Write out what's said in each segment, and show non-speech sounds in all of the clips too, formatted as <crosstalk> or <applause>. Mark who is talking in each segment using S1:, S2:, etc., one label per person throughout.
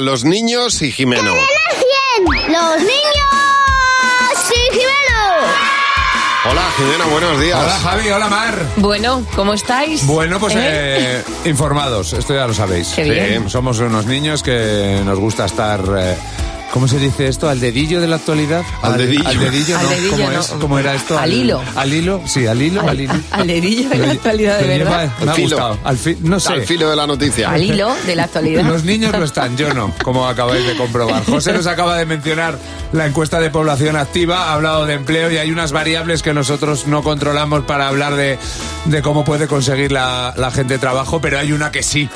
S1: Los niños y Jimeno.
S2: ¡Los niños! ¡Sí,
S1: Hola Jimeno, buenos días.
S3: Hola Javi, hola Mar.
S4: Bueno, ¿cómo estáis?
S3: Bueno, pues
S4: ¿Eh?
S3: eh, informados, esto ya lo sabéis.
S4: Qué bien.
S3: Sí, Somos unos niños que nos gusta estar... eh, ¿Cómo se dice esto? ¿Al dedillo de la actualidad?
S1: Al dedillo.
S3: Al dedillo,
S4: Al
S3: ¿no?
S4: dedillo,
S3: ¿Cómo,
S4: no.
S3: es? ¿Cómo era esto?
S4: Al hilo.
S3: Al hilo, sí, al hilo. Al,
S4: al,
S3: hilo.
S4: <laughs> al- al dedillo de la
S3: Lo-
S4: actualidad, de
S3: lo lleva-
S4: verdad.
S3: me ha
S1: Al filo.
S3: gustado. Al fi- no sé.
S1: Al filo de la noticia.
S4: Al hilo de la actualidad. <laughs>
S3: Los niños lo están, yo no, como acabáis de comprobar. José nos acaba de mencionar la encuesta de población activa, ha hablado de empleo y hay unas variables que nosotros no controlamos para hablar de, de cómo puede conseguir la, la gente trabajo, pero hay una que sí.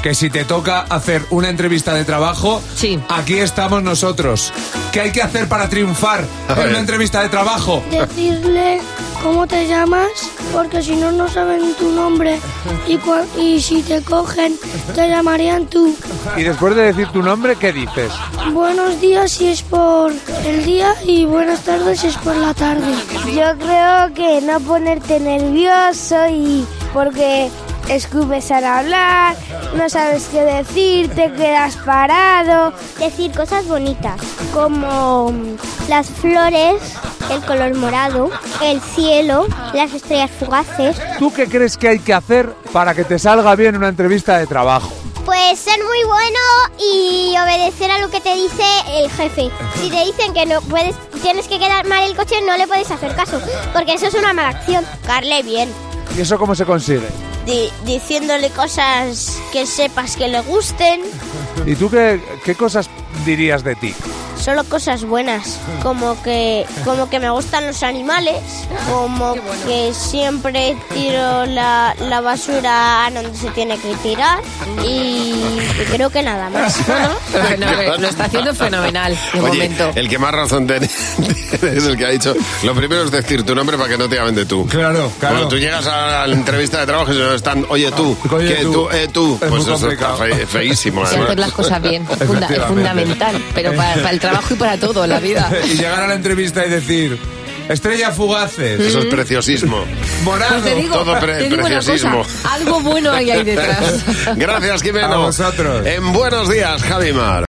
S3: Que si te toca hacer una entrevista de trabajo,
S4: Sí.
S3: aquí estamos nosotros. ¿Qué hay que hacer para triunfar
S1: A
S3: en
S1: ver.
S3: una entrevista de trabajo?
S5: decirle cómo te llamas, porque si no, no saben tu nombre. Y, cua- y si te cogen, te llamarían tú.
S3: Y después de decir tu nombre, ¿qué dices?
S5: Buenos días si es por el día y buenas tardes si es por la tarde.
S2: Yo creo que no ponerte nervioso y porque escupes al hablar, no sabes qué decir, te quedas parado. Decir cosas bonitas, como las flores, el color morado, el cielo, las estrellas fugaces.
S3: ¿Tú qué crees que hay que hacer para que te salga bien una entrevista de trabajo?
S2: Pues ser muy bueno y obedecer a lo que te dice el jefe. Si te dicen que no puedes, tienes que quedar mal el coche, no le puedes hacer caso, porque eso es una mala acción.
S6: Carle bien,
S3: ¿Y eso cómo se consigue?
S6: di- diciéndole cosas que sepas que le gusten,
S3: ¿Y tú qué, qué cosas dirías de ti?
S6: solo cosas buenas, como que como que me gustan los animales, como que siempre tiro la, la basura a donde se tiene que tirar y, y creo que nada más.
S4: Fenomen- lo está
S1: <laughs>
S4: haciendo fenomenal de
S1: Oye,
S4: momento.
S1: el que más razón <laughs> tiene es el que ha dicho, lo primero es decir tu nombre para que no te llamen de tú.
S3: Claro, Ah,
S1: Cuando tú llegas a la entrevista de trabajo y se están, oye tú,
S3: Oye,
S1: que
S3: tú.
S1: tú, eh, tú,
S3: Es
S1: pues
S3: muy
S1: eso está
S3: complicado.
S1: fe- feísimo.
S4: Y hacer las
S1: además.
S4: cosas bien, funda- es
S3: Efectivamente.
S4: fundamental, pero para, para el trabajo y para todo,
S1: <laughs>
S4: la
S3: <laughs>
S4: vida. Pues
S3: Y llegar a la entrevista y decir, estrellas fugaces,
S1: Eso es
S4: <laughs>
S1: preciosismo.
S3: morado.
S4: Pues te digo,
S1: todo pre-
S4: te digo una
S1: preciosismo.
S4: cosa, algo bueno hay ahí
S1: <laughs>
S4: detrás.
S1: Gracias, Jimeno.
S3: A vosotros.
S1: En Buenos Días, Javimar.